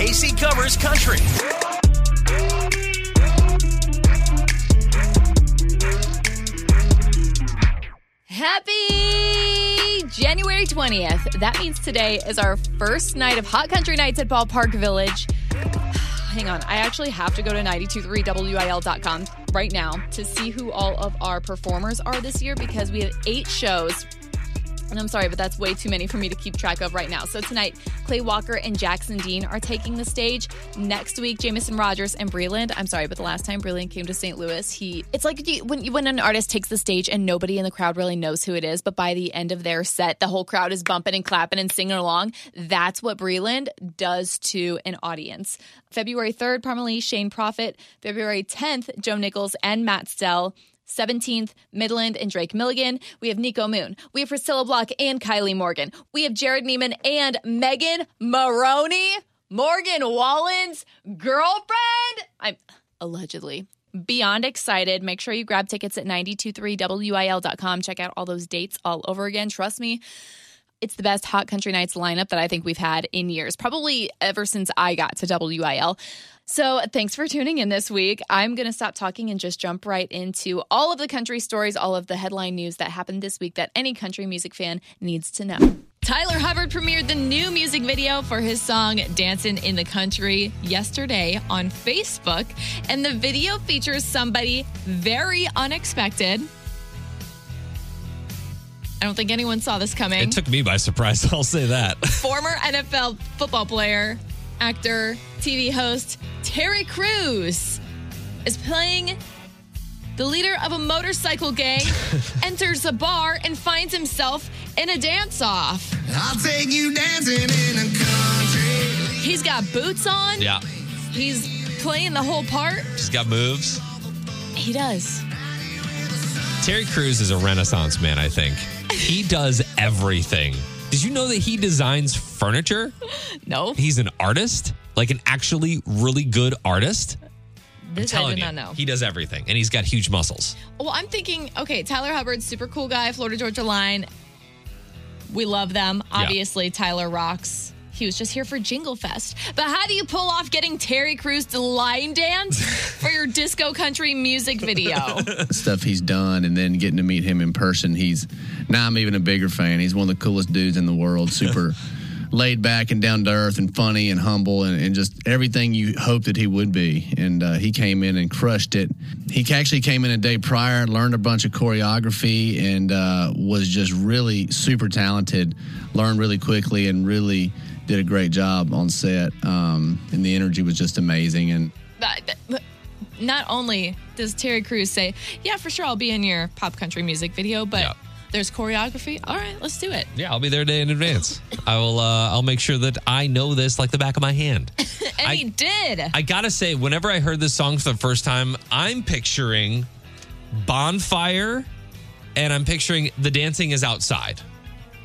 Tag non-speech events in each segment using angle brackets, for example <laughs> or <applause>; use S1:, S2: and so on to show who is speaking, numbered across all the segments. S1: AC covers country.
S2: Happy January 20th. That means today is our first night of Hot Country Nights at Ballpark Village. <sighs> Hang on, I actually have to go to 923wil.com right now to see who all of our performers are this year because we have eight shows. And I'm sorry, but that's way too many for me to keep track of right now. So tonight, Clay Walker and Jackson Dean are taking the stage. Next week, Jamison Rogers and Breland. I'm sorry, but the last time Breland came to St. Louis, he it's like you- when you- when an artist takes the stage and nobody in the crowd really knows who it is, but by the end of their set, the whole crowd is bumping and clapping and singing along. That's what Breland does to an audience. February 3rd, Parmalee, Shane Profit. February 10th, Joe Nichols and Matt Stell. 17th, Midland and Drake Milligan. We have Nico Moon. We have Priscilla Block and Kylie Morgan. We have Jared Neiman and Megan Maroney, Morgan Wallen's girlfriend. I'm allegedly beyond excited. Make sure you grab tickets at 923wil.com. Check out all those dates all over again. Trust me, it's the best Hot Country Nights lineup that I think we've had in years, probably ever since I got to WIL. So, thanks for tuning in this week. I'm going to stop talking and just jump right into all of the country stories, all of the headline news that happened this week that any country music fan needs to know. Tyler Hubbard premiered the new music video for his song Dancing in the Country yesterday on Facebook, and the video features somebody very unexpected. I don't think anyone saw this coming
S3: It took me by <laughs> surprise. I'll say that.
S2: former NFL football player, actor, TV host Terry Crews is playing the leader of a motorcycle
S3: <laughs>
S2: gang, enters a bar, and finds himself in a dance off.
S4: I'll take you dancing in a country.
S2: He's got boots on,
S3: Yeah,
S2: he's playing the whole part.
S3: she's got moves.
S2: He does.
S3: Terry Crews is a renaissance man, I think. He does everything. Did you know that he designs furniture?
S2: No,
S3: He's an artist, like an actually really good artist.
S2: this I
S3: Telling
S2: did
S3: you,
S2: not know.
S3: He does everything, and he's got huge muscles.
S2: Well, I'm thinking, okay, Tyler Hubbard, super cool guy, Florida Georgia Line. We love them. Obviously, Tyler rocks. He was just here for Jingle Fest. But how do you pull off getting Terry Crews to line
S3: <laughs>
S2: dance for your disco country music video?
S4: Stuff he's done, and then getting to meet him in person. He's now I'm even a bigger fan. He's one of the coolest dudes in the world. Super laid back and down to earth, and funny and humble, and, and just everything you hoped that he would be. And uh, he came in and crushed it. He actually came in a day prior, learned a bunch of choreography, and uh, was just really super talented. Learned really quickly, and really did a great job on set. Um, and the energy was just amazing. And
S2: But- but Not only does Terry Crews say, yeah, for sure, I'll be in your pop country music video, but
S3: Yeah.
S2: there's choreography. All right, let's do it.
S3: Yeah, I'll be there a day in advance. <laughs> I will. Uh, I'll make sure that I know this like the back of my
S2: <laughs>
S3: hand.
S2: And
S3: I-
S2: he did.
S3: I gotta say, whenever I heard this song for the first time, I'm picturing bonfire, and I'm picturing the dancing is outside,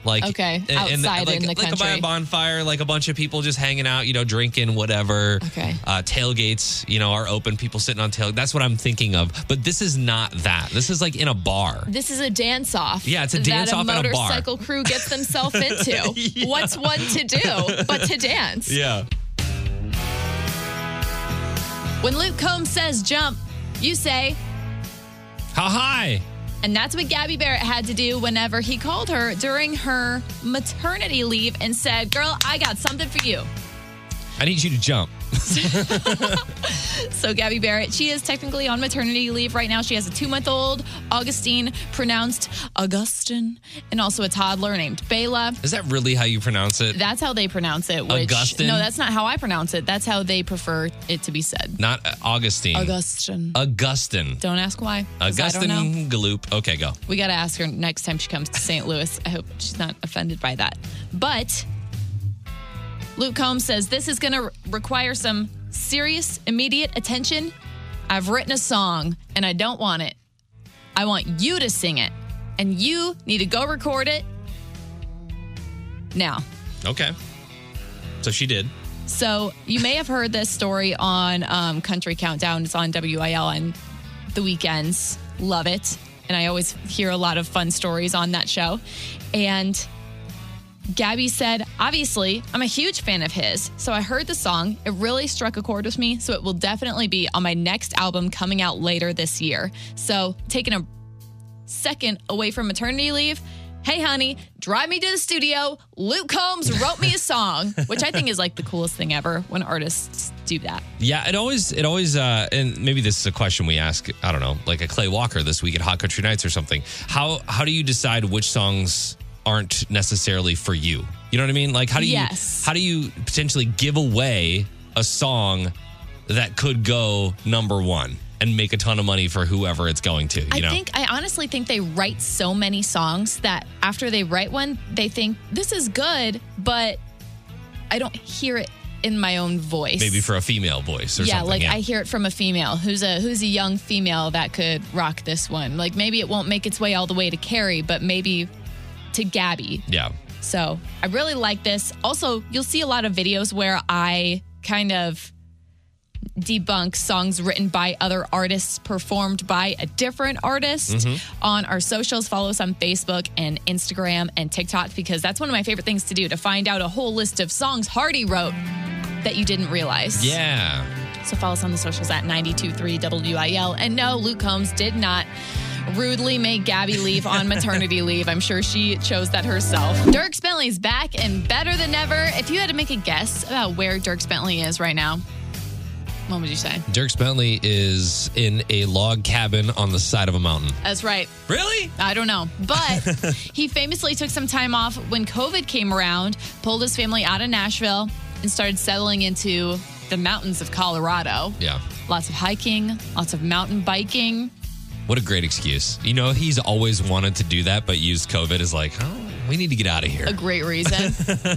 S3: like
S2: Okay,
S3: and- and
S2: outside
S3: like,
S2: in the
S3: like by
S2: country.
S3: a bonfire, like a bunch of people just hanging out, you know, drinking whatever.
S2: Okay.
S3: uh, tailgates, you know, are open. People sitting on tail. That's what I'm thinking of. But this is not that. This is like in a bar.
S2: This is a dance off.
S3: Yeah, it's a dance-off
S2: that
S3: at a bar.
S2: motorcycle crew gets
S3: <laughs>
S2: themselves into. What's one to do but to dance?
S3: Yeah,
S2: When Luke Combs says jump, you say,
S3: how high?
S2: and that's what Gabby Barrett had to do whenever he called her during her maternity leave and said, Girl, I got something for you.
S3: I need you to jump.
S2: So, Gabby Barrett, she is technically on maternity leave right now. She has a two month old Augustine, pronounced Augustine, and also a toddler named Bela.
S3: Is that really how you pronounce it?
S2: That's how they pronounce it. Which,
S3: Augustine?
S2: No, that's not how I pronounce it. That's how they prefer it to be said.
S3: not uh, Augustine.
S2: Augustine.
S3: Augustine.
S2: don't ask why. 'cause I don't know.
S3: Augustine Galoop. Okay, go.
S2: We got to ask her next time she comes to St. Louis. I hope she's not offended by that. But Luke Combs says this is going to require some serious, immediate attention. I've written a song and I don't want it. I want you to sing it, and you need to go record it now.
S3: Okay. So she did.
S2: So you may have heard this story on um, Country Countdown. It's on WIL on the weekends. Love it. And I always hear a lot of fun stories on that show. And Gabby said, Obviously, I'm a huge fan of his, so I heard the song. It really struck a chord with me, so it will definitely be on my next album coming out later this year. So, taking a second away from maternity leave, hey, honey, drive me to the studio. Luke Combs wrote me a <laughs> song, which I think is like the coolest thing ever when artists do that.
S3: Yeah, it always it always uh and maybe this is a question we ask, I don't know, like a Clay Walker this week at Hot Country Nights or something. How how do you decide which songs aren't necessarily for you? You know what I mean? Like how do you
S2: Yes.
S3: how do you potentially give away a song that could go number 1 and make a ton of money for whoever it's going to, you
S2: I
S3: know?
S2: think I honestly think they write so many songs that after they write one, they think this is good, but I don't hear it in my own voice.
S3: maybe for a female voice or
S2: yeah,
S3: something.
S2: like I hear it from a female who's a who's a young female that could rock this one. Like maybe it won't make its way all the way to Carrie, but maybe to Gabby.
S3: Yeah.
S2: So I really like this. Also, you'll see a lot of videos where I kind of debunk songs written by other artists performed by a different artist on our socials. Follow us on Facebook and Instagram and TikTok because that's one of my favorite things to do to find out a whole list of songs Hardy wrote that you didn't realize.
S3: Yeah.
S2: So follow us on the socials at 923 WIL. And no, Luke Combs did not rudely make Gabby leave on maternity leave. I'm sure she chose that herself. Dirk Bentley's back and better than ever. If you had to make a guess about where Dirk Bentley is right now, what would you say?
S3: Dirk Bentley is in a log cabin on the side of a mountain.
S2: That's right.
S3: Really?
S2: I don't know. But he famously took some time off when COVID came around, pulled his family out of Nashville, and started settling into the mountains of Colorado.
S3: Yeah.
S2: Lots of hiking, lots of mountain biking.
S3: What a great excuse. You know, he's always wanted to do that, but used COVID as like, oh, we need to get out of here.
S2: a great reason.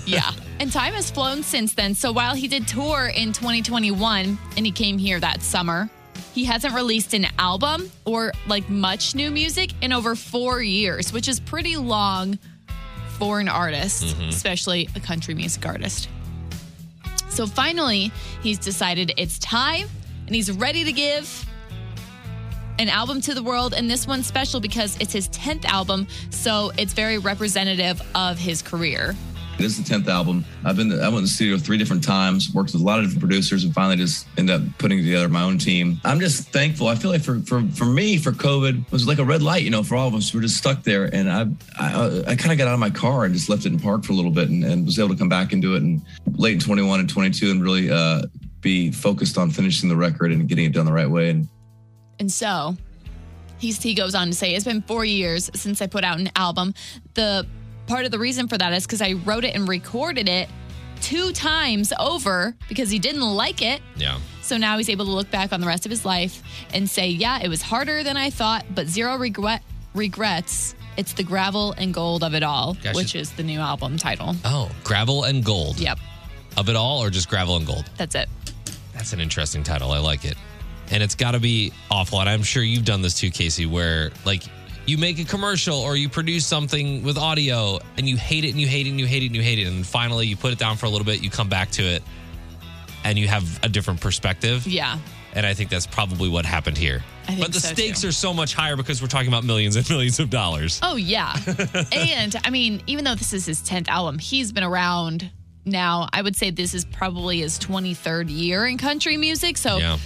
S2: yeah. And time has flown since then. So while he did tour in 2021 and he came here that summer, he hasn't released an album or like much new music in over four years, which is pretty long for an artist, especially a country music artist. So finally, he's decided it's time and he's ready to give an album to the world. And this one's special because it's his 10th album. So it's very representative of his career.
S1: This is the tenth album. I've been I went to the studio three different times, worked with a lot of different producers, and finally just ended up putting together my own team. I'm just thankful. I feel like for for, for me, for COVID was like a red light, you know, for all of us. We're just stuck there, and I I, I kind of got out of my car and just left it in park for a little bit, and, and was able to come back and do it in late in 21 and 22, and really uh, be focused on finishing the record and getting it done the right way. And
S2: And so he's, he goes on to say, It's been four years since I put out an album. The part of the reason for that is because I wrote it and recorded it two times over because he didn't like it.
S3: Yeah.
S2: So now he's able to look back on the rest of his life and say, Yeah, it was harder than I thought, but zero regret regrets. It's the gravel and gold of it all,
S3: Gotcha.
S2: which is the new album title.
S3: Oh, gravel and gold.
S2: Yep,
S3: Of it all, or just gravel and gold?
S2: that's it.
S3: That's an interesting title. I like it. And it's got to be awful. And I'm sure you've done this too, Casey, where like you make a commercial or you produce something with audio and you hate it and you hate it and you hate it and you hate it. And finally you put it down for a little bit, you come back to it and you have a different perspective.
S2: Yeah.
S3: And I think that's probably what happened here.
S2: I think
S3: but the
S2: so,
S3: stakes
S2: too.
S3: are so much higher because we're talking about millions and <laughs> millions of dollars.
S2: Oh yeah. and I mean, even though this is his 10th album, he's been around now. I would say this is probably his 23rd year in country music, so
S3: Yeah.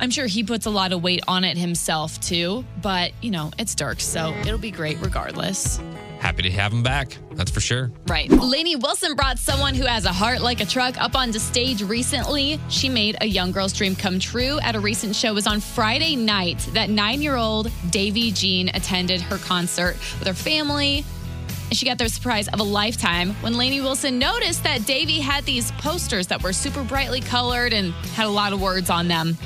S2: I'm sure he puts a lot of weight on it himself too, but you know, it's Dirk, so it'll be great regardless.
S3: Happy to have him back. That's for sure.
S2: Right. Lainey Wilson brought someone who has a heart like a truck up onto stage recently. She made a young girl's dream come true at a recent show. It was on Friday night that nine year old Davy Jean attended her concert with her family. And she got the surprise of a lifetime when Lainey Wilson noticed that Davy had these posters that were super brightly colored and had a lot of words on them.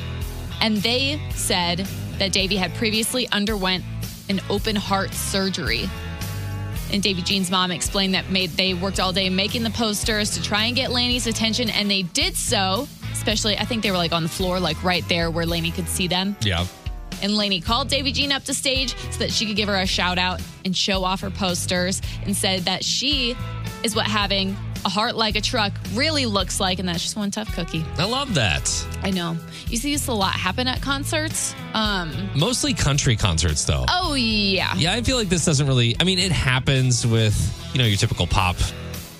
S2: And they said that Davy had previously underwent an open heart surgery. And Davy Jean's mom explained that made they worked all day making the posters to try and get Laney's attention, and they did so. Especially, I think they were like on the floor, like right there where Laney could see them.
S3: Yeah.
S2: And Lainey called Davy Jean up to stage so that she could give her a shout out and show off her posters and said that she is what having a heart like a truck really looks like, and that's just one tough cookie.
S3: I love that.
S2: I know. You see this a lot happen at concerts. Um,
S3: Mostly country concerts, though.
S2: oh yeah.
S3: Yeah, I feel like this doesn't really. I mean, it happens with you know your typical pop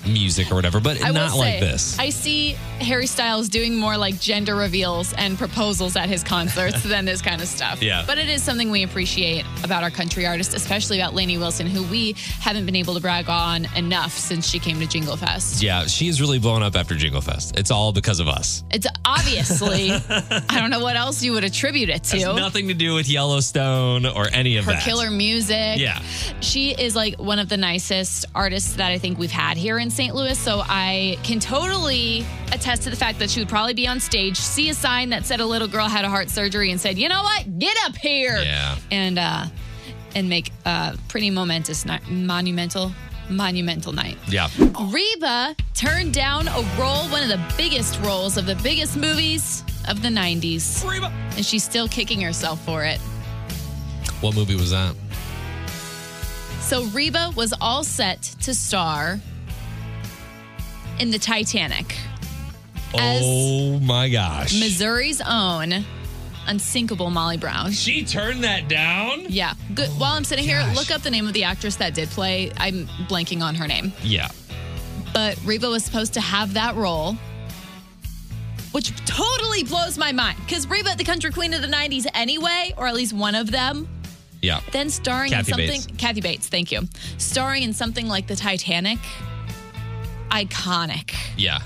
S3: music or whatever, but
S2: I will
S3: not like
S2: say,
S3: this.
S2: I see Harry Styles doing more like gender reveals and proposals at his
S3: <laughs>
S2: concerts than this kind of stuff.
S3: Yeah.
S2: But it is something we appreciate about our country artists, especially about Lainey Wilson, who we haven't been able to brag on enough since she came to Jingle Fest.
S3: yeah, she is really blown up after Jingle Fest. It's all because of us.
S2: It's
S3: <laughs>
S2: obviously, I don't know what else you would attribute it to.
S3: It's nothing to do with Yellowstone or any of
S2: her
S3: that.
S2: killer music.
S3: Yeah.
S2: She is like one of the nicest artists that I think we've had here in St. Louis. So I can totally attest to the fact that she would probably be on stage, see a sign that said a little girl had a heart surgery and said, you know what? Get up here.
S3: Yeah.
S2: And, uh, and make a pretty momentous night, monumental, monumental night.
S3: Yeah.
S2: Reba turned down a role, one of the biggest roles of the biggest movies of the 90s. And she's still kicking herself for it.
S3: What movie was that?
S2: So Reba was all set to star in the Titanic, As-
S3: oh my gosh.
S2: Missouri's own unsinkable Molly Brown.
S3: She turned that down?
S2: Yeah. Good. While I'm sitting here,
S3: Oh gosh.
S2: look up the name of the actress that did play. I'm blanking on her name.
S3: Yeah.
S2: But Reba was supposed to have that role, which totally blows my mind because Reba, the country queen of the 90s anyway, or at least one of them,
S3: Yeah.
S2: then starring
S3: Kathy
S2: in something
S3: Bates.
S2: Kathy Bates, thank you. Starring in something like the Titanic. Iconic.
S3: Yeah.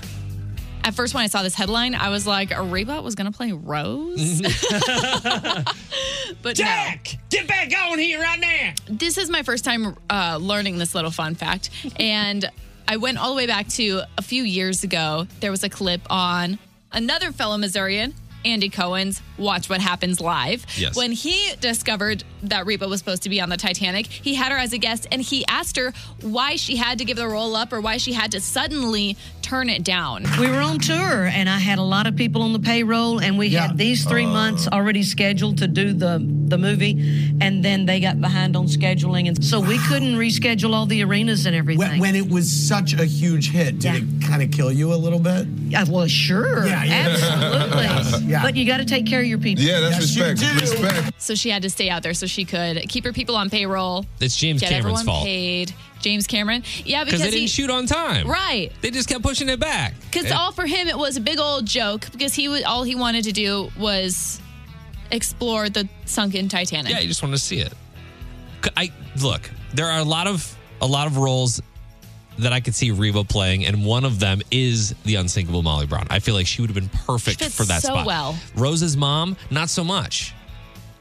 S2: At first, when I saw this headline, I was like, Reba was going to play Rose? <laughs> but no.
S3: Mm-hmm. Get back on here right now.
S2: This is my first time uh, learning this little fun
S3: <laughs>
S2: fact. And I went all the way back to a few years ago. There was a clip on another fellow Missourian, Andy Cohen's Watch What Happens Live.
S3: Yes.
S2: When he discovered that Reba was supposed to be on the Titanic, he had her as a guest and he asked her why she had to give the role up or why she had to suddenly turn it down.
S5: We were on tour, and I had a lot of people on the payroll, and we
S6: Yeah. Oh.
S5: had these three months already scheduled to do the the movie, and then they got behind on scheduling, and so we couldn't reschedule all the arenas and everything.
S6: When, when it was such a huge hit, did
S5: Yeah.
S6: it kind of kill you a little bit?
S5: Yeah, well, sure,
S6: Yeah, yeah.
S5: absolutely,
S6: <laughs> Yeah.
S5: but you got to take care of your people.
S7: Yeah,
S6: Yes,
S7: that's
S6: you
S7: respect.
S6: do.
S7: Respect.
S2: So she had to stay out there so she could keep her people on payroll.
S3: It's James
S2: get
S3: Cameron's
S2: everyone
S3: fault.
S2: paid. James Cameron. Yeah, because
S3: Because they didn't
S2: he,
S3: shoot on time.
S2: Right.
S3: They just kept pushing it back.
S2: Because all for him it was a big old joke because he was all he wanted to do was explore the sunken Titanic.
S3: Yeah, you just wanted to see it. C- I look. There are a lot of a lot of roles that I could see Reba playing, and one of them is the unsinkable Molly Brown. I feel like she would have been perfect
S2: She fits
S3: for that
S2: so
S3: spot.
S2: well.
S3: Rose's mom, not so much.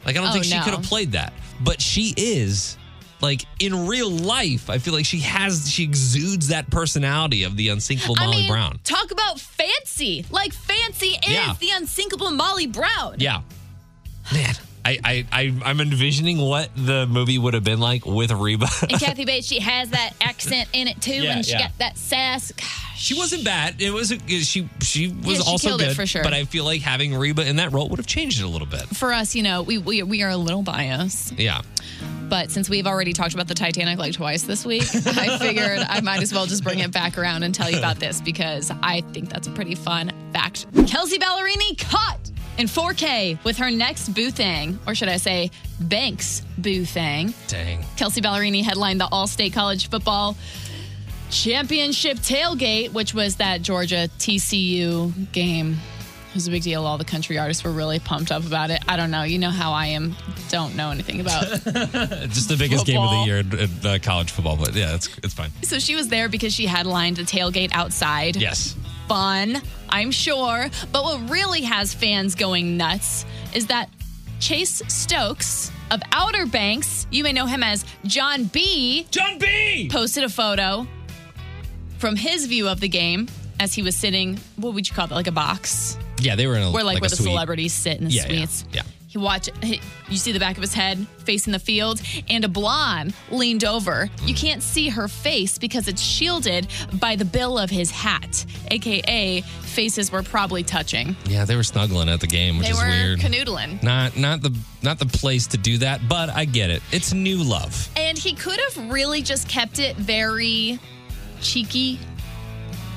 S3: Like I don't
S2: Oh,
S3: think she
S2: no.
S3: could have played that, but she is like in real life. I feel like she has she exudes that personality of the unsinkable
S2: I
S3: Molly
S2: mean,
S3: Brown.
S2: talk about fancy. Like fancy is
S3: Yeah.
S2: the unsinkable Molly Brown.
S3: Yeah, man. I, I, I, I'm envisioning what the movie would have been like with Reba. <laughs>
S2: And Kathy Bates, she has that accent in it too,
S3: Yeah,
S2: and she
S3: yeah.
S2: got that sass. Gosh.
S3: She wasn't bad. It was she. She was
S2: she
S3: also
S2: killed it
S3: good
S2: for sure.
S3: But I feel like having Reba in that role would have changed it a little bit.
S2: For us, you know, we, we we are a little biased.
S3: Yeah.
S2: But since we've already talked about the Titanic like twice this week, I figured I might as well just bring it back around and tell you about this because I think that's a pretty fun fact. Kelsey Ballerini caught in 4K with her next boo thing, or should I say, Banks boo thing.
S3: Dang.
S2: Kelsey Ballerini headlined the All State College Football Championship tailgate, which was that Georgia TCU game. It was a big deal. All the country artists were really pumped up about it. I don't know. You know how I am. Don't know anything about
S3: Just the biggest
S2: Football.
S3: game of the year at, at, uh, college football. But yeah, it's it's fine.
S2: So she was there because she had lined the tailgate outside.
S3: Yes.
S2: Fun, I'm sure. But what really has fans going nuts is that Chase Stokes of Outer Banks, you may know him as John B,
S3: John B.
S2: posted a photo from his view of the game as he was sitting, what would you call that? Like a box?
S3: Yeah, they were in a
S2: Where like,
S3: like
S2: where
S3: a
S2: the
S3: suite.
S2: celebrities sit in the
S3: Yeah, yeah,
S2: suites.
S3: yeah.
S2: He watch he, you see the back of his head facing the field and a blonde leaned over. You can't see her face because it's shielded by the bill of his hat, aka faces were probably touching.
S3: Yeah, they were snuggling at the game, which
S2: They
S3: is
S2: were
S3: weird. <laughs>
S2: canoodling.
S3: not not the not the place to do that, but I get it. It's new love.
S2: And he could have really just kept it very cheeky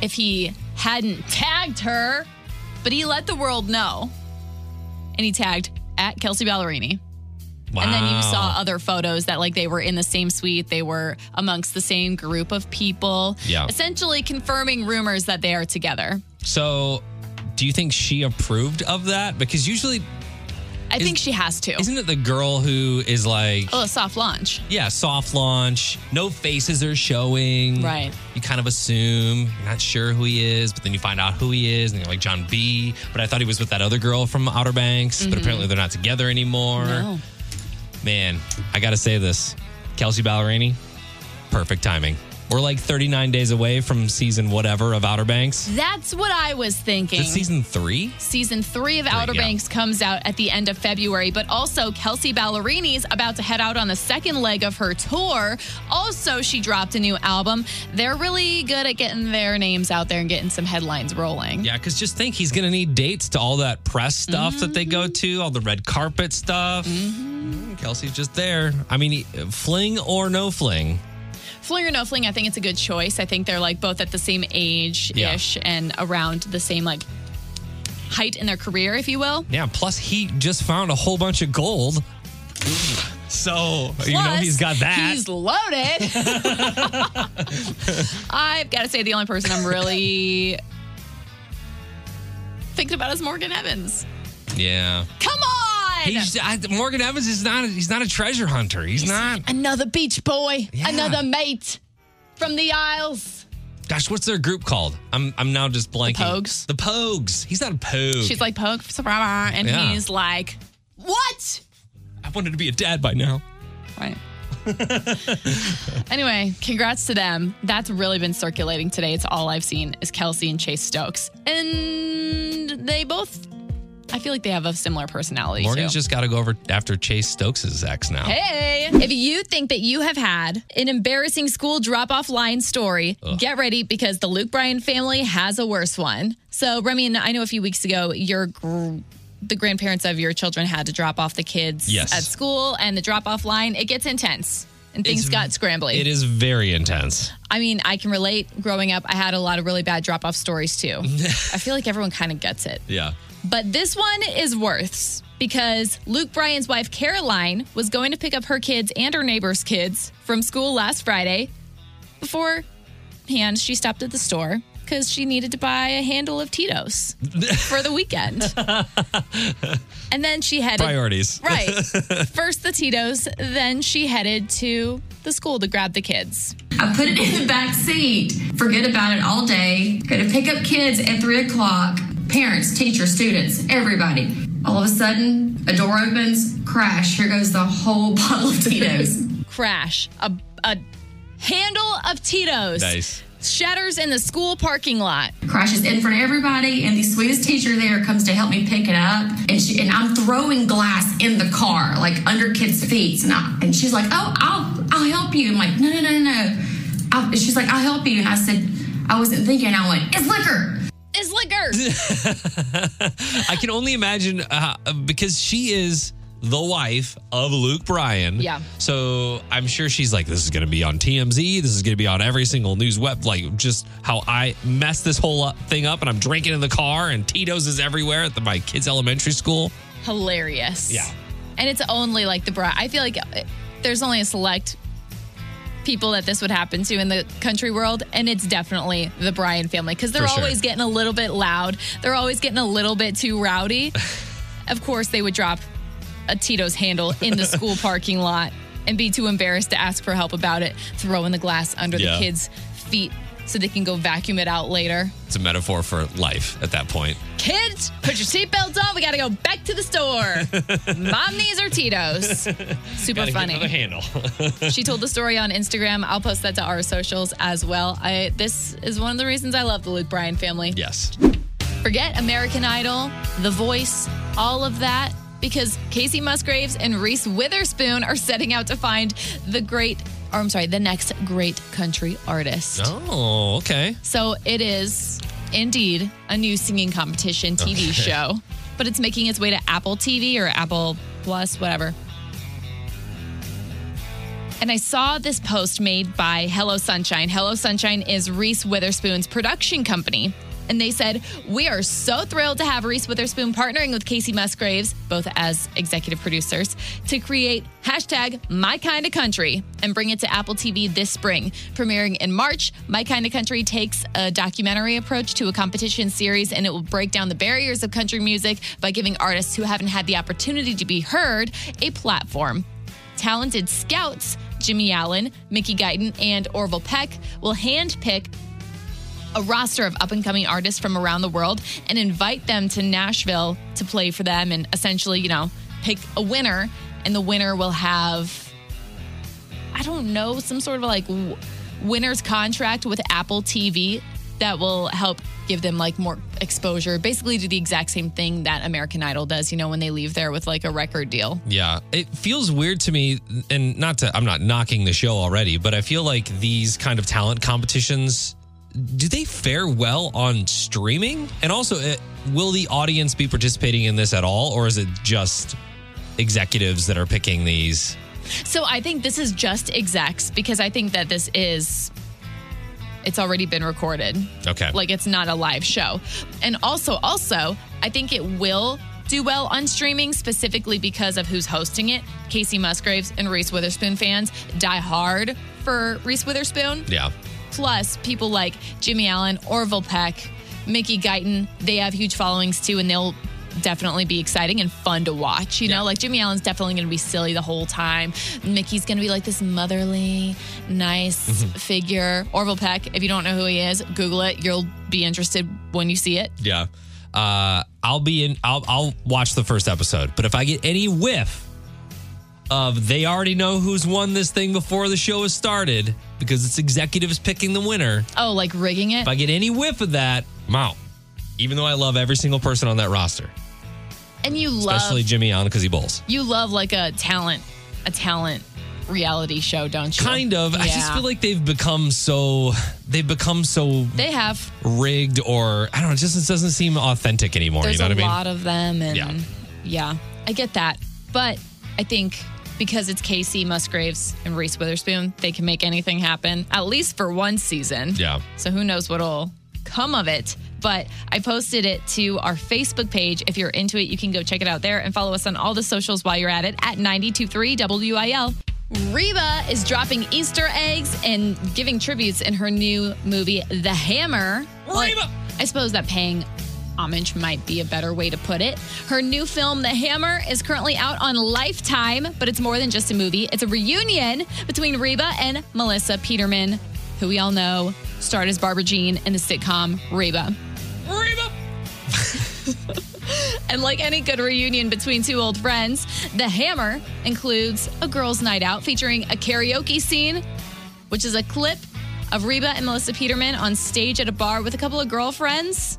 S2: if he hadn't tagged her, but he let the world know. And he tagged at Kelsey Ballerini. And then you saw
S3: Wow.
S2: other photos that like they were in the same suite, they were amongst the same group of people.
S3: Yeah.
S2: Essentially confirming rumors that they are together.
S3: So, do you think she approved of that? Because usually,
S2: I
S3: Is-
S2: think she has to.
S3: isn't it the girl who is like,
S2: Oh, a soft launch.
S3: yeah, soft launch, no faces are showing.
S2: Right.
S3: You kind of assume, you're not sure who he is, but then you find out who he is, and you're like, John B. But I thought he was with that other girl from Outer Banks, but apparently they're not together anymore.
S2: Mm-hmm. No.
S3: Man, I gotta say this. Kelsey Ballerini, perfect timing. We're like 39 days away from season whatever of Outer Banks.
S2: That's what I was thinking.
S3: Is it season three?
S2: Season three of Outer
S3: yeah.
S2: Banks comes out at the end of February, but also Kelsey Ballerini's about to head out on the second leg of her tour. Also, she dropped a new album. They're really good at getting their names out there and getting some headlines rolling.
S3: Yeah, because just think he's going to need dates to all that press stuff that they go
S2: Mm-hmm.
S3: to, all the red carpet stuff. Mm, Kelsey's just there. I mean, he- fling or no fling.
S2: Fling or no fling, I think it's a good choice. I think they're like both at the same age ish and around the same like height in their career, if you will.
S3: Yeah, plus he just found a whole bunch of gold. so,
S2: Mm-hmm.
S3: you know,
S2: Plus,
S3: he's got that.
S2: He's
S3: <laughs>
S2: loaded. I've got to say, the only person I'm really thinking about is Morgan Evans.
S3: yeah.
S2: Come on!
S3: He's, I, Morgan Evans is not, he's not a treasure hunter. He's, not.
S2: another beach boy,
S3: Yeah.
S2: another mate from the Isles.
S3: Gosh, what's their group called? I'm I'm now just blanking.
S2: Pogues?
S3: The Pogues. He's not a Pogue.
S2: She's like, poke, and
S3: Yeah.
S2: he's like, what?
S3: I wanted to be a dad by now.
S2: Right. <laughs> anyway, congrats to them. That's really been circulating today. It's all I've seen is Kelsey and Chase Stokes. And they both, I feel like they have a similar personality.
S3: Morgan's
S2: too.
S3: just got to go over after Chase Stokes' ex now.
S2: Hey! If you think that you have had an embarrassing school drop off line story, get ready because the Luke Bryan family has a worse one. So, Remy, and I know a few weeks ago, your gr- the grandparents of your children had to drop off the kids
S3: Yes.
S2: at school, and the drop off line, it gets intense. And things
S3: It's-
S2: got scrambly.
S3: It is very intense.
S2: I mean, I can relate. Growing up, I had a lot of really bad drop off stories
S3: <laughs>
S2: too. I feel like everyone kind of gets it.
S3: Yeah.
S2: But this one is worse because Luke Bryan's wife, Caroline, was going to pick up her kids and her neighbor's kids from school last Friday. Beforehand, she stopped at the store because she needed to buy a handle of Tito's for the weekend. and then she headed.
S3: Priorities.
S2: Right. First the Tito's, then she headed to the school to grab the kids.
S7: I put it <laughs> in the back seat. Forget about it all day. Go to pick up kids at three o'clock. Parents, teachers, students, everybody. All of a sudden, a door opens, crash. Here goes the whole <laughs> bottle of Tito's.
S2: Crash. A, a handle of Tito's
S3: Nice.
S2: shatters in the school parking lot.
S7: Crashes in front of everybody, and the sweetest teacher there comes to help me pick it up. And she and I'm throwing glass in the car, like under kids' feet. And, I, and she's like, "Oh, I'll I'll help you." I'm like, "No, no, no, no, no." I, she's like, "I'll help you," and I said, "I wasn't thinking." I went, "It's liquor."
S2: Is liquor.
S3: <laughs> <laughs> I can only imagine uh, because she is the wife of Luke Bryan.
S2: Yeah.
S3: So I'm sure she's like, this is going to be on TMZ. This is going to be on every single news web. Like, just how I messed this whole up- thing up and I'm drinking in the car and Tito's is everywhere at the, my kids' elementary school.
S2: hilarious.
S3: Yeah.
S2: And it's only like the bra. I feel like uh, there's only a select people that this would happen to in the country world, and it's definitely the Bryan family because they're
S3: For sure.
S2: always getting a little bit loud. They're always getting a little bit too
S3: <laughs>
S2: rowdy. of course, they would drop a Tito's handle in the
S3: <laughs>
S2: school parking lot and be too embarrassed to ask for help about it, throwing the glass under
S3: Yeah.
S2: the kids' feet so they can go vacuum it out later.
S3: It's a metaphor for life at that point.
S2: Kids, put your seatbelts on. We got to go back to the
S3: <laughs>
S2: store. Mom needs her Tito's. Super
S3: Gotta get another
S2: funny.
S3: handle.
S2: She told the story on Instagram. I'll post that to our socials as well. I this is one of the reasons I love the Luke Bryan family.
S3: <laughs> <laughs> yes.
S2: Forget American Idol, The Voice, all of that because Casey Musgraves and Reese Witherspoon are setting out to find the great or I'm sorry, the next great country artist.
S3: Oh, okay.
S2: So it is indeed a new singing competition TV show, but it's making its way to Apple TV or Apple Plus, whatever. And I saw this post made by Hello Sunshine. Hello Sunshine is Reese Witherspoon's production company. And they said, We are so thrilled to have Reese Witherspoon partnering with Casey Musgraves, both as executive producers, to create hashtag My Kind of Country and bring it to Apple TV this spring. Premiering in March, My Kind of Country takes a documentary approach to a competition series and it will break down the barriers of country music by giving artists who haven't had the opportunity to be heard a platform talented scouts Jimmy Allen, Mickey Guyton, and Orville Peck will handpick a roster of up and coming artists from around the world and invite them to Nashville to play for them and essentially, you know, pick a winner. And the winner will have, I don't know, some sort of like w- winner's contract with Apple TV that will help give them like more exposure, basically do the exact same thing that American Idol does, you know, when they leave there with like a record deal.
S3: Yeah. It feels weird to me, and not to, I'm not knocking the show already, but I feel like these kind of talent competitions, do they fare well on streaming? And also, it, will the audience be participating in this at all, or is it just executives that are picking these?
S2: So I think this is just execs because I think that this is it's already been recorded.
S3: Okay.
S2: Like it's not a live show. And also also I think it will do well on streaming specifically because of who's hosting it. Casey Musgraves and Reese Witherspoon fans die hard for Reese Witherspoon.
S3: Yeah.
S2: Plus people like Jimmy Allen, Orville Peck, Mickey Guyton, they have huge followings too and they'll definitely be exciting and fun to watch. You
S3: Yeah.
S2: know, like Jimmy Allen's definitely going to be silly the whole time. Mickey's going to be like this motherly, nice
S3: Mm-hmm.
S2: figure. Orville Peck, if you don't know who he is, Google it. You'll be interested when you see it.
S3: Yeah. Uh, I'll be in, I'll, I'll watch the first episode, but if I get any whiff of they already know who's won this thing before the show has started because it's executives picking the winner.
S2: Oh, like rigging it?
S3: If I get any whiff of that, I'm out. Even though I love every single person on that roster,
S2: and you love
S3: especially Jimmy on because he bowls.
S2: you love like a talent a talent reality show, don't you?
S3: Kind of. I just
S2: Yeah.
S3: feel like they've become so they've become so
S2: they have
S3: rigged or I don't know, it just it doesn't seem authentic anymore.
S2: There's
S3: you know
S2: a
S3: what I mean?
S2: lot of them, and
S3: Yeah.
S2: yeah. I get that. But I think because it's Casey Musgraves and Reese Witherspoon, they can make anything happen at least for one season.
S3: Yeah.
S2: So who knows what'll come of it. But I posted it to our Facebook page. If you're into it, you can go check it out there and follow us on all the socials while you're at it at 923 WIL. Reba is dropping Easter eggs and giving tributes in her new movie, The Hammer.
S3: Reba!
S2: I suppose that paying homage might be a better way to put it. Her new film, The Hammer, is currently out on Lifetime, but it's more than just a movie. It's a reunion between Reba and Melissa Peterman, who we all know starred as Barbara Jean in the sitcom Reba.
S3: Reba!
S2: And like any good reunion between two old friends, The Hammer includes a girls' night out featuring a karaoke scene, which is a clip of Reba and Melissa Peterman on stage at a bar with a couple of girlfriends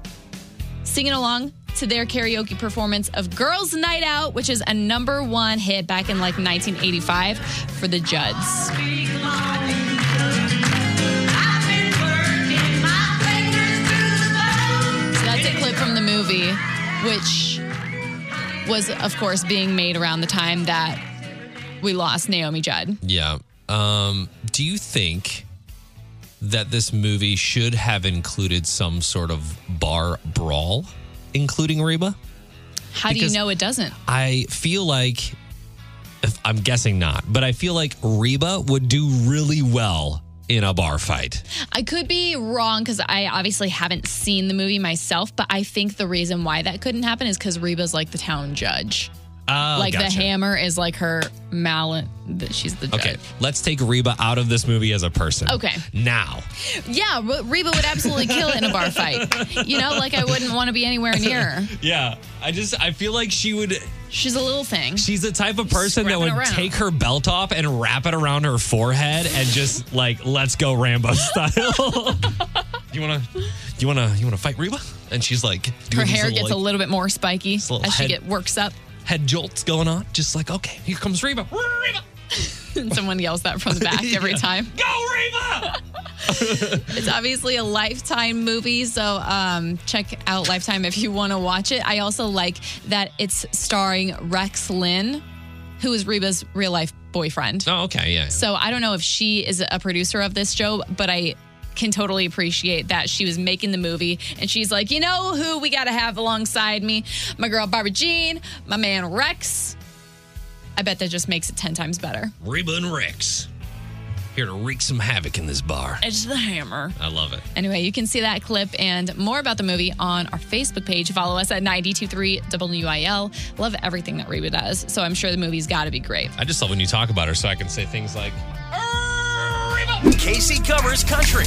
S2: singing along to their karaoke performance of Girls' Night Out, which is a number one hit back in like 1985 for the Judds. So that's a clip from the movie, which was, of course, being made around the time that we lost Naomi Judd.
S3: Yeah. Um, do you think that this movie should have included some sort of bar brawl, including Reba?
S2: How do
S3: Because-
S2: you know it doesn't?
S3: I feel like if- I'm guessing not, but I feel like Reba would do really well in a bar fight.
S2: I could be wrong because I obviously haven't seen the movie myself, but I think the reason why that couldn't happen is because Reba's like the town judge.
S3: Oh,
S2: like the
S3: gotcha.
S2: hammer is like her mallet. that She's the judge.
S3: Okay, let's take Reba out of this movie as a person.
S2: Okay.
S3: Now,
S2: Yeah, Re- Reba would absolutely kill it in a bar fight. You know, like I wouldn't want to be anywhere near her.
S3: yeah, I just I feel like she would.
S2: She's a little thing.
S3: She's the type of person that
S2: Wrap it
S3: would
S2: around.
S3: take her belt off and wrap it around her forehead and just like let's go Rambo <laughs> style. you wanna, you wanna, you wanna fight Reba? And she's like,
S2: her
S3: doing these
S2: hair
S3: little,
S2: gets
S3: like,
S2: a little bit more spiky as
S3: little
S2: she
S3: head-
S2: get works up. <laughs>
S3: head jolts going on. Just like okay, here comes Reba. Reba.
S2: And someone yells that from the
S3: <laughs>
S2: back every time.
S3: Go, Reba!
S2: It's obviously a Lifetime movie, so um, check out Lifetime if you want to watch it. I also like that it's starring Rex Lynn, who is Reba's real life boyfriend.
S3: Oh, okay, yeah.
S2: So I don't know if she is a producer of this show, but I can totally appreciate that she was making the movie and she's like, you know who we got to have alongside me? My girl Barbara Jean, my man Rex. I bet that just makes it 10 times better.
S3: Reba and Rex. Here to wreak some havoc in this bar.
S2: It's the hammer.
S3: I love it.
S2: Anyway, you can see that clip and more about the movie on our Facebook page. Follow us at 923 WIL. Love everything that Reba does. So I'm sure the movie's got to be great.
S3: I just love when you talk about her so I can say things like,
S8: Casey covers country.